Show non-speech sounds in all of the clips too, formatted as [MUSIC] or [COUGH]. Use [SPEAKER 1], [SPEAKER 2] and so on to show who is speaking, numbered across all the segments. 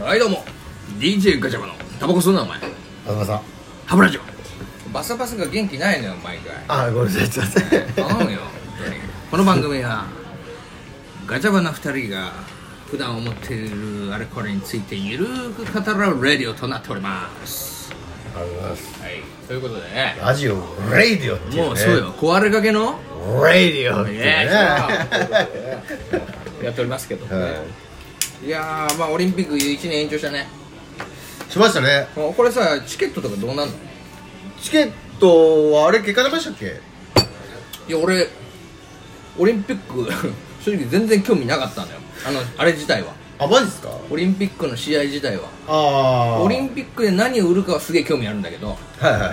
[SPEAKER 1] はいどうも DJ ガチャマのタバコ吸うなお前
[SPEAKER 2] 東さん
[SPEAKER 1] ハブラジオバサバサが元気ないのよ毎回
[SPEAKER 2] あごめんなさいすいません
[SPEAKER 1] 頼 [LAUGHS] むよ本当にこの番組はガチャバな2人が普段思っているあれこれについてゆるーく語らうレディオとなっております
[SPEAKER 2] ありがとうございます
[SPEAKER 1] はいということでね
[SPEAKER 2] ラジオレイディオっていう、ね、
[SPEAKER 1] もうそうよ壊れかけの
[SPEAKER 2] レイディオっていうね
[SPEAKER 1] ねやっておりますけど、、
[SPEAKER 2] はい
[SPEAKER 1] やーまあオリンピック1年延長したね
[SPEAKER 2] いしましたね
[SPEAKER 1] これさチケットとかどうなんの
[SPEAKER 2] チケットはあれ結果出ましたっけ
[SPEAKER 1] いや俺オリンピック [LAUGHS] 正直全然興味なかったんだよあのあれ自体は
[SPEAKER 2] あマジっすか
[SPEAKER 1] オリンピックの試合自体は
[SPEAKER 2] ああー
[SPEAKER 1] オリンピックで何を売るかはすげえ興味あるんだけど、
[SPEAKER 2] はいはいは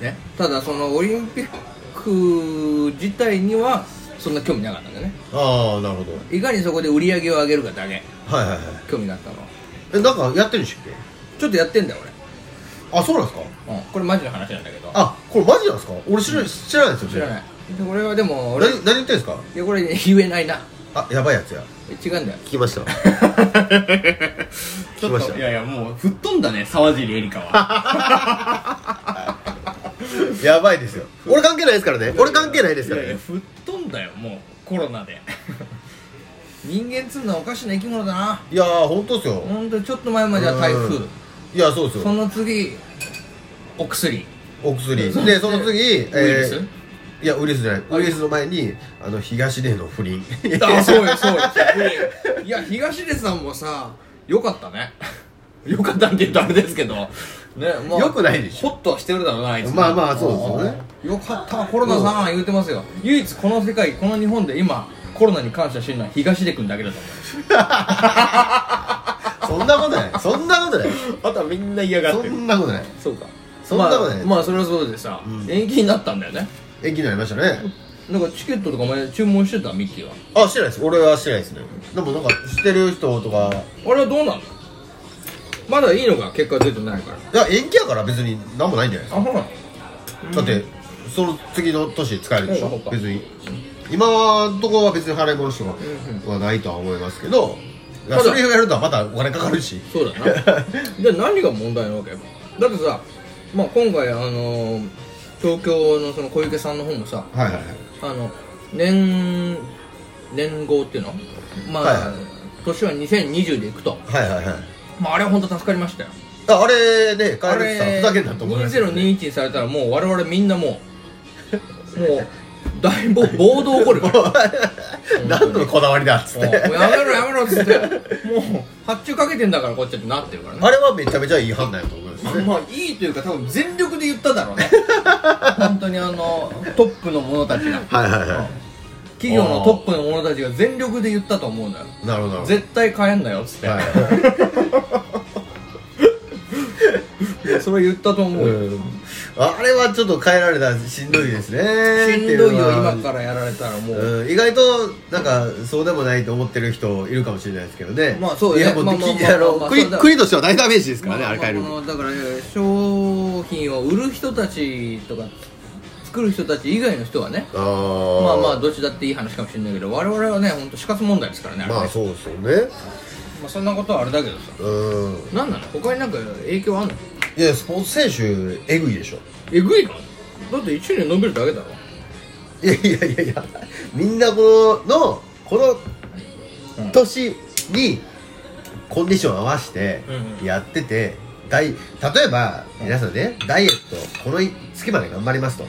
[SPEAKER 2] い
[SPEAKER 1] ね、ただそのオリンピック自体にはそんな興味なかったんだよね
[SPEAKER 2] ああなるほど
[SPEAKER 1] いかにそこで売り上げを上げるかだけ
[SPEAKER 2] はいはいはい
[SPEAKER 1] 興味があったの
[SPEAKER 2] えなんかやってるんでしたっけ
[SPEAKER 1] ちょっとやってんだよ
[SPEAKER 2] あそうなんですか
[SPEAKER 1] 俺、うん、これマジの話なんだけど
[SPEAKER 2] あこれマジなんですか俺知らない知らないですよ
[SPEAKER 1] 知らない
[SPEAKER 2] い
[SPEAKER 1] でこれはでも俺
[SPEAKER 2] 何
[SPEAKER 1] い
[SPEAKER 2] 何言ってんですか
[SPEAKER 1] やこれ言えないな
[SPEAKER 2] あやばいやつや
[SPEAKER 1] 違うん
[SPEAKER 2] [LAUGHS]
[SPEAKER 1] だよ
[SPEAKER 2] 聞きました
[SPEAKER 1] ち
[SPEAKER 2] 来
[SPEAKER 1] ょ
[SPEAKER 2] ま
[SPEAKER 1] っ
[SPEAKER 2] した
[SPEAKER 1] といやいやもう吹っ飛んだね沢尻エリカは
[SPEAKER 2] やばいですよ俺関係ないですからね俺関係ないですから
[SPEAKER 1] いやい
[SPEAKER 2] ね
[SPEAKER 1] や吹っ飛んだよもうコロナで
[SPEAKER 2] [LAUGHS]
[SPEAKER 1] 人間っつうのはおかしな生き物だない
[SPEAKER 2] やー本当ですよ
[SPEAKER 1] ほんとちょっと前までは台
[SPEAKER 2] う
[SPEAKER 1] 風
[SPEAKER 2] んいやそうですよ
[SPEAKER 1] その次お薬
[SPEAKER 2] お薬でその次
[SPEAKER 1] ウイルス、
[SPEAKER 2] いやウイルスじゃないウイルスの前にあの東出の不倫
[SPEAKER 1] あそうよそうよいや東出さんもさよかったねよかったって言うとあれですけどねま
[SPEAKER 2] よくないでし
[SPEAKER 1] ょホッとはしてるだろうなあいつ
[SPEAKER 2] まあまあそうですよね
[SPEAKER 1] よかったコロナさん言うてますよ唯一この世界この日本で今コロナに感謝してるのは東出君だけだと思
[SPEAKER 2] そんなことないそんなこと [LAUGHS] ないう
[SPEAKER 1] あとはみんな嫌
[SPEAKER 2] そんなことない
[SPEAKER 1] そうか
[SPEAKER 2] そんなことない
[SPEAKER 1] まあ、まあそれはそうでさ、
[SPEAKER 2] うん
[SPEAKER 1] 延期になったんだよね
[SPEAKER 2] 延期になりましたね
[SPEAKER 1] なんかチケットとかお前注文してたミッキーは
[SPEAKER 2] あしてないです俺はしてないですねでもなんかしてる人と
[SPEAKER 1] あ
[SPEAKER 2] か
[SPEAKER 1] れはどうなのまだいいのか結果出てないから
[SPEAKER 2] いや延期やから別に何もないんじゃないで
[SPEAKER 1] あほら
[SPEAKER 2] すかだってその次の年使えるでし
[SPEAKER 1] そう
[SPEAKER 2] ょ
[SPEAKER 1] か
[SPEAKER 2] 別に今のところは別に払い戻しと
[SPEAKER 1] ん
[SPEAKER 2] かはないとは思いますけどいや
[SPEAKER 1] ただ
[SPEAKER 2] それをやるとはまたお金かかるし
[SPEAKER 1] そうだな
[SPEAKER 2] [LAUGHS]
[SPEAKER 1] で何が問題なわけだってさ、まあ、今回あのー東京のその小池さんの方もさ
[SPEAKER 2] はいはいはい
[SPEAKER 1] あの年年号っていうのまあ、
[SPEAKER 2] はいはい
[SPEAKER 1] 年は2020でいくと、
[SPEAKER 2] はいはいはい
[SPEAKER 1] まあ、あれは本当助かりましたよ
[SPEAKER 2] ああれね、カ
[SPEAKER 1] あ
[SPEAKER 2] エル
[SPEAKER 1] れ
[SPEAKER 2] さんふざけんなと思いますよね。
[SPEAKER 1] 2021にされたらもう我々みんなもうもう大暴暴動起こるから
[SPEAKER 2] [LAUGHS] 何のこだわりだっつっ
[SPEAKER 1] もう
[SPEAKER 2] て。
[SPEAKER 1] やめろやめろっつってもう発注かけてんだからこっちってなってるからね
[SPEAKER 2] あれはめちゃめちゃいい判断やと思いますね。
[SPEAKER 1] まあいいというか多分全力で言っただろうね本当にあのトップの者たちが
[SPEAKER 2] はいはいは
[SPEAKER 1] 企業のトップの者たちが全力で言ったと思うんだよ
[SPEAKER 2] い。なるほどなるほど。
[SPEAKER 1] 絶対変えんなよっつって、
[SPEAKER 2] は
[SPEAKER 1] それ言ったと思
[SPEAKER 2] い。
[SPEAKER 1] うよ、
[SPEAKER 2] うんあれはちょっと変えられたらしんどいですね。
[SPEAKER 1] しんどいよ今
[SPEAKER 2] ら。
[SPEAKER 1] からやられたらもう、
[SPEAKER 2] うん意外となんかそうでもないと思ってる人いるかもしれないですけどね
[SPEAKER 1] まあそうね
[SPEAKER 2] いやもう
[SPEAKER 1] まあまあまあ
[SPEAKER 2] きあの
[SPEAKER 1] まあ
[SPEAKER 2] 国
[SPEAKER 1] そうだ
[SPEAKER 2] 国としては大ダメージですか
[SPEAKER 1] ま
[SPEAKER 2] ら
[SPEAKER 1] あ
[SPEAKER 2] ねあれ変える
[SPEAKER 1] まあまあだから商品を売る人たちとか作る人たち以外の人はね
[SPEAKER 2] あ
[SPEAKER 1] まあまあ
[SPEAKER 2] ー
[SPEAKER 1] どっちだっていい話かもしれないけど我々はね本当死活問題ですからねあれね
[SPEAKER 2] まあそうですよね
[SPEAKER 1] まあそんなことはあれだけどさ
[SPEAKER 2] うん
[SPEAKER 1] 何なの他になんか影響あんの
[SPEAKER 2] いやスポーツ選手えぐいでしょ
[SPEAKER 1] えぐいのだって1年伸びるだけだろ
[SPEAKER 2] いやいやいやいやみんなこののこの年にコンディション合わせて
[SPEAKER 1] うん
[SPEAKER 2] やってて、ダイ例えば皆さんねダイエットこの月まで頑張りますと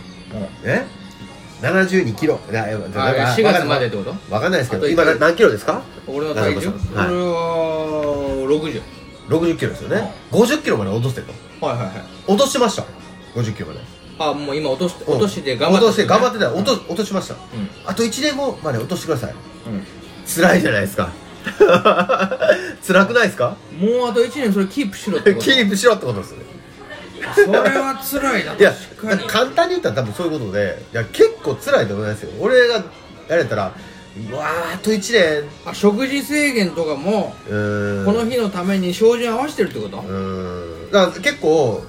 [SPEAKER 2] ね7 2キロなな
[SPEAKER 1] あ
[SPEAKER 2] な
[SPEAKER 1] 4月までってこと
[SPEAKER 2] わかんないですけ
[SPEAKER 1] あ
[SPEAKER 2] ど
[SPEAKER 1] と
[SPEAKER 2] 今な何キロですか
[SPEAKER 1] 俺の体重
[SPEAKER 2] なるほど
[SPEAKER 1] 俺は60
[SPEAKER 2] 60キロですよね50キロまで落とせと
[SPEAKER 1] はいはいはい
[SPEAKER 2] 落としました50キロまで
[SPEAKER 1] あもう今落として
[SPEAKER 2] うん
[SPEAKER 1] 落として頑張って
[SPEAKER 2] 落として頑張ってた落と落としました
[SPEAKER 1] うん
[SPEAKER 2] あと1年後まで落としてください
[SPEAKER 1] うん
[SPEAKER 2] 辛いじゃないですか [LAUGHS] 辛くないですか
[SPEAKER 1] もうあと1年それキープしろっ
[SPEAKER 2] [LAUGHS] キ
[SPEAKER 1] てこと
[SPEAKER 2] ープしろってことですね
[SPEAKER 1] それは辛いない
[SPEAKER 2] や
[SPEAKER 1] 確かに
[SPEAKER 2] 簡単に言ったら多分そういうことでいや結構辛いと思いますよ俺がやれたらうわーあと1年
[SPEAKER 1] あ食事制限とかも
[SPEAKER 2] うーん
[SPEAKER 1] この日のために照準合わせてるってこと
[SPEAKER 2] うーんだから結構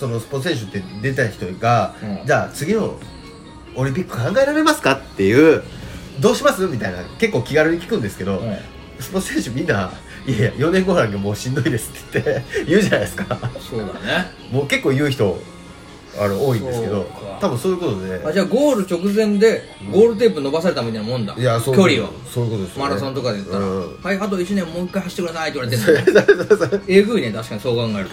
[SPEAKER 2] そのスポーツ選手って出た人が、
[SPEAKER 1] うん
[SPEAKER 2] じゃあ次のオリンピック考えられますかっていうどうしますみたいな結構気軽に聞くんですけど、
[SPEAKER 1] うん
[SPEAKER 2] スポーツ選手みんないやいや4年後なんかもうしんどいですって言って言うじゃないですか
[SPEAKER 1] そうだね
[SPEAKER 2] もう結構言う人あの多いんですけど
[SPEAKER 1] そうか
[SPEAKER 2] 多分そういうことで
[SPEAKER 1] あじゃあゴール直前でゴールテープ伸ばされたみたいなもんだ
[SPEAKER 2] いやそう
[SPEAKER 1] 距離を
[SPEAKER 2] そういうことですよ
[SPEAKER 1] マ
[SPEAKER 2] ね
[SPEAKER 1] ラソンとかで言ったら「
[SPEAKER 2] うん
[SPEAKER 1] はいあと1年もう一回走ってください」って言われて
[SPEAKER 2] [LAUGHS]
[SPEAKER 1] るんだえぐいね確かにそう考える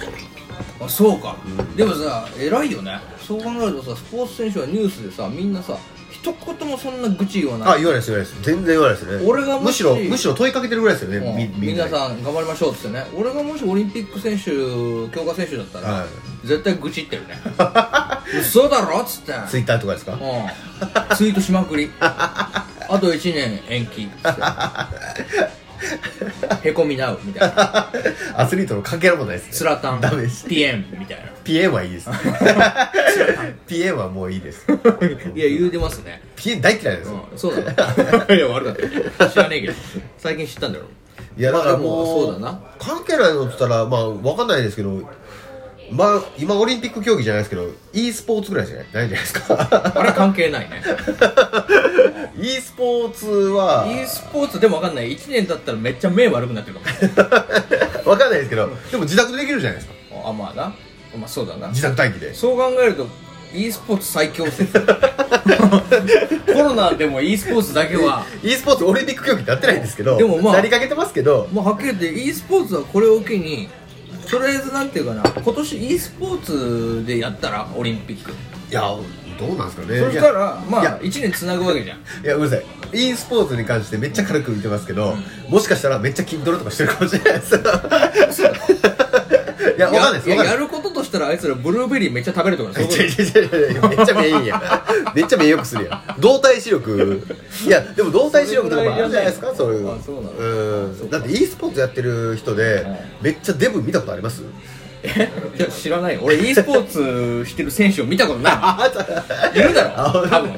[SPEAKER 1] とあそうか、でもさ偉いよねそう考えるとさスポーツ選手はニュースでさみんなさ一言もそんな愚痴言わな
[SPEAKER 2] あ
[SPEAKER 1] い
[SPEAKER 2] 言わないです言わないです全然言わないですね
[SPEAKER 1] 俺がもし
[SPEAKER 2] むしろむしろ問いかけてるぐらいですよね、
[SPEAKER 1] うん
[SPEAKER 2] みみんな
[SPEAKER 1] 皆さん頑張りましょうっつってね俺がもしオリンピック選手強化選手だったら、
[SPEAKER 2] は
[SPEAKER 1] 絶対愚痴ってるね嘘だろっつって
[SPEAKER 2] ツイッターとかですか
[SPEAKER 1] うん、ツイートしまくりあと1年延期へこみなうみたいな
[SPEAKER 2] アスリートの関係あることないですね
[SPEAKER 1] スラタン
[SPEAKER 2] ダメです
[SPEAKER 1] ピエンみたいな
[SPEAKER 2] ピエンはいいです [LAUGHS] ピエンはもういいです
[SPEAKER 1] いや言うてますね、
[SPEAKER 2] ピエン大嫌いです、
[SPEAKER 1] うん、そうだ
[SPEAKER 2] [LAUGHS]
[SPEAKER 1] ないや悪かった知らねえけど最近知ったんだろ
[SPEAKER 2] いやだから
[SPEAKER 1] ま
[SPEAKER 2] も
[SPEAKER 1] あ
[SPEAKER 2] う
[SPEAKER 1] でもそうだな
[SPEAKER 2] 関係ないのって言ったらまあわかんないですけどまあ今オリンピック競技じゃないですけど e スポーツぐらいじゃないないじゃないですか
[SPEAKER 1] あれ関係ないね
[SPEAKER 2] e スポーツは [LAUGHS]
[SPEAKER 1] e スポーツでも分かんない1年経ったらめっちゃ目悪くなってるかもしれ
[SPEAKER 2] わかんないですけどでも自宅でできるじゃないですか
[SPEAKER 1] ないあまあなまあそうだな
[SPEAKER 2] 自宅待機で
[SPEAKER 1] そう考えると e スポーツ最強説コロナでも e スポーツだけは
[SPEAKER 2] e スポーツオリンピック競技になってないんですけど
[SPEAKER 1] でもまあ
[SPEAKER 2] なりかけてますけど
[SPEAKER 1] もうはっきり言って e スポーツはこれを機にとりあえずなんていうかな今年 e スポーツでやったらオリンピック
[SPEAKER 2] いやどうなんですかね
[SPEAKER 1] そした
[SPEAKER 2] いや
[SPEAKER 1] らま
[SPEAKER 2] い
[SPEAKER 1] あ
[SPEAKER 2] や
[SPEAKER 1] 1年つなぐわけじゃん
[SPEAKER 2] いやごめんなさい e スポーツに関してめっちゃ軽く見てますけど、もしかしたらめっちゃ筋トレとかしてるかもしれないです [LAUGHS] いやわかんないですわかんないです
[SPEAKER 1] やることとしたらあいつらブルーベリーめっちゃ食べるとか
[SPEAKER 2] 違う違う違う違う
[SPEAKER 1] そういうこと
[SPEAKER 2] めっちゃ目いいやんめっちゃ目よくするやん動体視力いやでも動体視力とかもあるじゃないですかそういう
[SPEAKER 1] あそうなの
[SPEAKER 2] うんだって e スポーツやってる人でめっちゃデブ見たことあります
[SPEAKER 1] えいや知らないよ俺 e スポーツしてる選手を見たことないいるだろ多分
[SPEAKER 2] い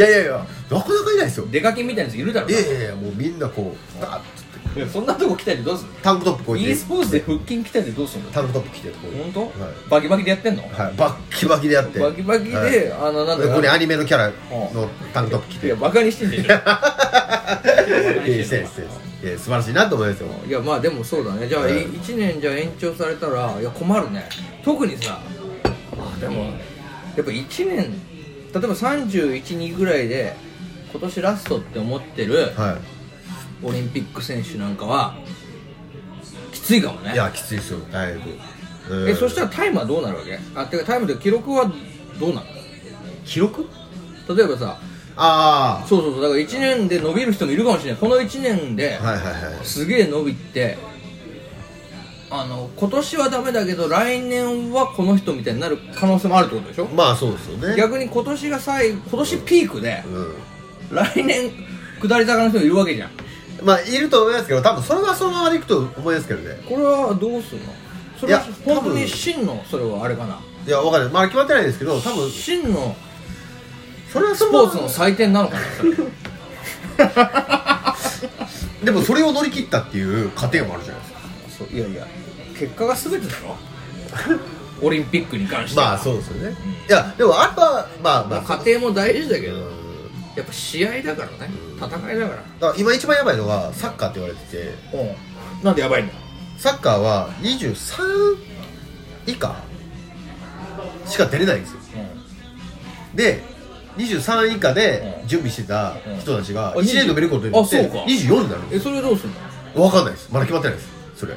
[SPEAKER 2] やいやいやなかなかいないですよ
[SPEAKER 1] 出かけみたいなやついるだろ
[SPEAKER 2] いやいやいやもうみんなこうバーッつっ
[SPEAKER 1] い
[SPEAKER 2] て
[SPEAKER 1] やそんなとこ来たりどうすんの
[SPEAKER 2] タンクトップこう
[SPEAKER 1] e
[SPEAKER 2] やっ
[SPEAKER 1] ス
[SPEAKER 2] て
[SPEAKER 1] ポーツで腹筋鍛えてどうすんの
[SPEAKER 2] タンクトップ着てるこう
[SPEAKER 1] 本当、
[SPEAKER 2] はい
[SPEAKER 1] バキバキでやってんの
[SPEAKER 2] はいバッキバキでやって
[SPEAKER 1] バキバキで、
[SPEAKER 2] はいで
[SPEAKER 1] あのなんだ
[SPEAKER 2] ここにアニメのキャラ
[SPEAKER 1] う
[SPEAKER 2] のタンクトップ着て
[SPEAKER 1] いやバカにしてんでしょいや
[SPEAKER 2] [LAUGHS]
[SPEAKER 1] バカ
[SPEAKER 2] いやい
[SPEAKER 1] に
[SPEAKER 2] や
[SPEAKER 1] し
[SPEAKER 2] 失
[SPEAKER 1] てんの
[SPEAKER 2] 礼失礼いや素晴らしいなと思いますよ
[SPEAKER 1] いやまあでもそうだねじゃあ、
[SPEAKER 2] はい
[SPEAKER 1] い一1年じゃ延長されたらいや困るね特にさあでもやっぱ1年例えば312ぐらいで今年ラストって思ってる
[SPEAKER 2] は
[SPEAKER 1] オリンピック選手なんかはきついかもね
[SPEAKER 2] いいやきついですよだいぶうん
[SPEAKER 1] えそしたらタイムはどうなるわけあてかタイムで記録はどうな
[SPEAKER 2] 記録
[SPEAKER 1] る例えばさ
[SPEAKER 2] あ
[SPEAKER 1] そうそうそうだから1年で伸びる人もいるかもしれないこの1年で、
[SPEAKER 2] あはいはいはい
[SPEAKER 1] すげえ伸びてあの今年はダメだけど来年はこの人みたいになる可能性もあるってことでしょ
[SPEAKER 2] まあそうですよね
[SPEAKER 1] 逆に今年が最後今年ピークで
[SPEAKER 2] う
[SPEAKER 1] 来年下り坂の人もいるわけじゃん
[SPEAKER 2] んまあいると思いますけど多分それはそのままでいくと思いますけどね
[SPEAKER 1] これはどうすんのそれはい
[SPEAKER 2] や
[SPEAKER 1] 本当
[SPEAKER 2] 多
[SPEAKER 1] に
[SPEAKER 2] 分
[SPEAKER 1] 真のそれはあれかない
[SPEAKER 2] やわかんないまあ決まってないですけど多分
[SPEAKER 1] 真の
[SPEAKER 2] それはそ
[SPEAKER 1] ス
[SPEAKER 2] の
[SPEAKER 1] ポーツの祭典なのかなそれ
[SPEAKER 2] でもそれを乗り切ったっていう過程もあるじゃないですか
[SPEAKER 1] そういやいや結果が全てだろオリンピックに関しては
[SPEAKER 2] まあそうですよねいやでもあとはまあま
[SPEAKER 1] まあ
[SPEAKER 2] あそう
[SPEAKER 1] 家庭も大事だけ
[SPEAKER 2] う
[SPEAKER 1] ど
[SPEAKER 2] ん
[SPEAKER 1] やっぱ試合だからね戦いだから
[SPEAKER 2] だから今一番やばいのがサッカーって言われてて
[SPEAKER 1] うんなんでやばいの
[SPEAKER 2] サッカーは23以下しか出れないんですよで23以下で準備してた人たちが
[SPEAKER 1] うん
[SPEAKER 2] 1年延べることによって
[SPEAKER 1] あそうか
[SPEAKER 2] 24になるんで
[SPEAKER 1] え
[SPEAKER 2] す
[SPEAKER 1] それどうすんの
[SPEAKER 2] わかんないですまだ決まってないですそれ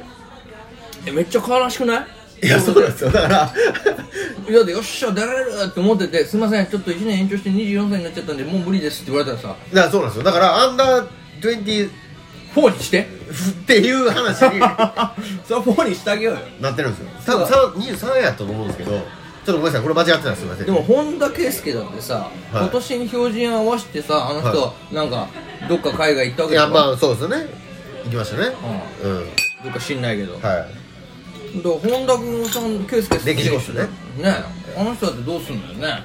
[SPEAKER 1] えめっちゃ悲しくない
[SPEAKER 2] いやそうなんですよだから [LAUGHS]
[SPEAKER 1] いやでよっしゃ出られるって思っててすいませんちょっと1年延長して24歳になっちゃったんでもう無理ですって言われたらさ
[SPEAKER 2] だからそうなんですよだからアンダー20
[SPEAKER 1] 4にして
[SPEAKER 2] っていう話にな
[SPEAKER 1] [LAUGHS] それは4にしてあげようよ
[SPEAKER 2] ってるんですよ多分さん23やったと思うんですけどちょっとごめんなさいこれ間違ってたらすいません
[SPEAKER 1] でも本田圭佑だってさ、
[SPEAKER 2] はい
[SPEAKER 1] 今年に標準合わせてさあの人は
[SPEAKER 2] は
[SPEAKER 1] なんかどっか海外行ったわ
[SPEAKER 2] い
[SPEAKER 1] けだ
[SPEAKER 2] や
[SPEAKER 1] ろ、
[SPEAKER 2] まあそうですよね行きましたねうん、
[SPEAKER 1] どっか知んないけど、だか
[SPEAKER 2] は
[SPEAKER 1] ら本田君さん圭佑
[SPEAKER 2] 歴史コースね
[SPEAKER 1] ねあの人だってどうすんだよね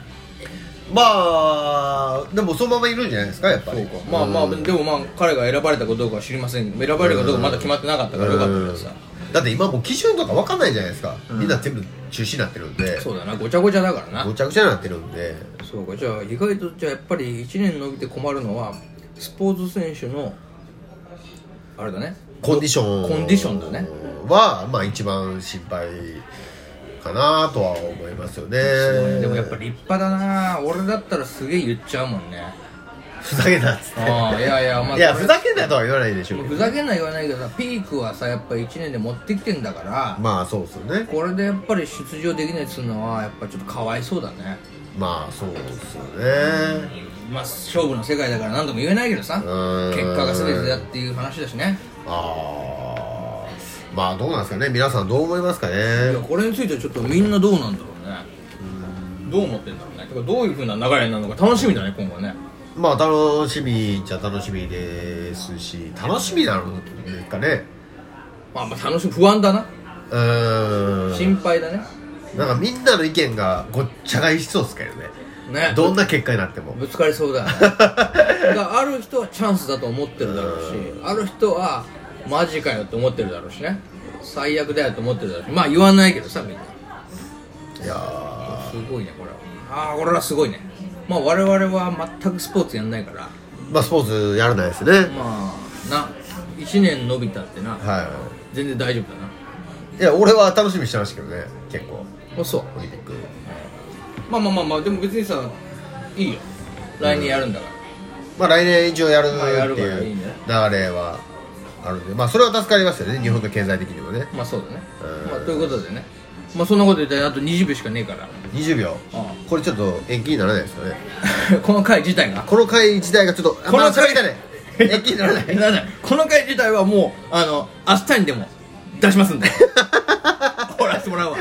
[SPEAKER 2] いまあでもそのままいるんじゃないですかやっぱ
[SPEAKER 1] そう
[SPEAKER 2] り
[SPEAKER 1] かまあまあ
[SPEAKER 2] うん
[SPEAKER 1] でもまあ彼が選ばれたかどうかは知りません選ばれるかどうかまだ決まってなかったからよかったけどさ
[SPEAKER 2] うんだって今もう基準とかわかんないじゃないですか、みんな全部中止になってるんで
[SPEAKER 1] そうだなごちゃごちゃだからな
[SPEAKER 2] ごちゃごちゃになってるんで
[SPEAKER 1] そうかじゃあ意外とじゃあやっぱり1年伸びて困るのはスポーツ選手のあれだね
[SPEAKER 2] コンディション
[SPEAKER 1] コンディションだね
[SPEAKER 2] は、まあ、一番心配かなとは思いますよね
[SPEAKER 1] すごいねでもやっぱ立派だな俺だったらすげえ言っちゃうもんね
[SPEAKER 2] ふざけんなっつって
[SPEAKER 1] ああいやい
[SPEAKER 2] [LAUGHS]
[SPEAKER 1] やまあ
[SPEAKER 2] いやふざけんなとは言わないでしょう
[SPEAKER 1] もう
[SPEAKER 2] け
[SPEAKER 1] ふ
[SPEAKER 2] ど
[SPEAKER 1] ざけんな言わないけどさピークはさやっぱ1年で持ってきてんだから
[SPEAKER 2] まあそうですよね
[SPEAKER 1] これでやっぱり出場できないっつうのはやっぱちょっとかわいそうだね
[SPEAKER 2] まあそうですよね
[SPEAKER 1] まあ勝負の世界だから何度も言えないけどさ
[SPEAKER 2] うーん
[SPEAKER 1] 結果が全てだっていう話だしね
[SPEAKER 2] ああまあどうなんですかね皆さんどう思いますか
[SPEAKER 1] い
[SPEAKER 2] ね
[SPEAKER 1] やこれについてはちょっとみんなどうなんだろうねどう思ってんだろうねてかどういうふうな流れになるのか楽しみだね今後ね
[SPEAKER 2] まあ楽しみじゃ楽しみですし楽しみなのですかね
[SPEAKER 1] まあまあ楽しみ不安だな
[SPEAKER 2] うーん
[SPEAKER 1] 心配だね
[SPEAKER 2] なんかみんなの意見がごっちゃがいしそうですけどね
[SPEAKER 1] ね
[SPEAKER 2] どんな結果になっても
[SPEAKER 1] ぶつかりそうだよねだからある人はチャンスだと思ってるだろうしある人はマジかよって思ってるだろうしね最悪だよと思ってるだろうしまあ言わないけどさみんない
[SPEAKER 2] やー
[SPEAKER 1] すごいねこれはああこれはすごいねまあ我々は全くスポーツやんないから
[SPEAKER 2] まあスポーツやらないですね
[SPEAKER 1] まあな1年伸びたってな
[SPEAKER 2] は
[SPEAKER 1] 全然大丈夫だない
[SPEAKER 2] いや俺は楽しみにしてましたけどね結構
[SPEAKER 1] あそう
[SPEAKER 2] オリンピック
[SPEAKER 1] まあまあまあまあでも別にさいいよ来年やるんだから、
[SPEAKER 2] まあ来年一応やる
[SPEAKER 1] まあやる
[SPEAKER 2] って
[SPEAKER 1] か
[SPEAKER 2] い
[SPEAKER 1] ら
[SPEAKER 2] う
[SPEAKER 1] いい
[SPEAKER 2] 流
[SPEAKER 1] ね
[SPEAKER 2] れはあるんでまあそれは助かりますよね日本の経済的にもね
[SPEAKER 1] まあそうだね、
[SPEAKER 2] うん
[SPEAKER 1] まあということでねまあそんなこと言ったらあと20秒しかねえから [LAUGHS]
[SPEAKER 2] 20秒
[SPEAKER 1] あ
[SPEAKER 2] これちょっと延期にならないですかね
[SPEAKER 1] あこの回自体が
[SPEAKER 2] この回自体がちょっと
[SPEAKER 1] この
[SPEAKER 2] まあそれみたい
[SPEAKER 1] [LAUGHS]
[SPEAKER 2] な延期にならない
[SPEAKER 1] ならないこの回自体は
[SPEAKER 2] [LAUGHS]
[SPEAKER 1] もうあの明日にでも出しますんで終わらせてもらうわ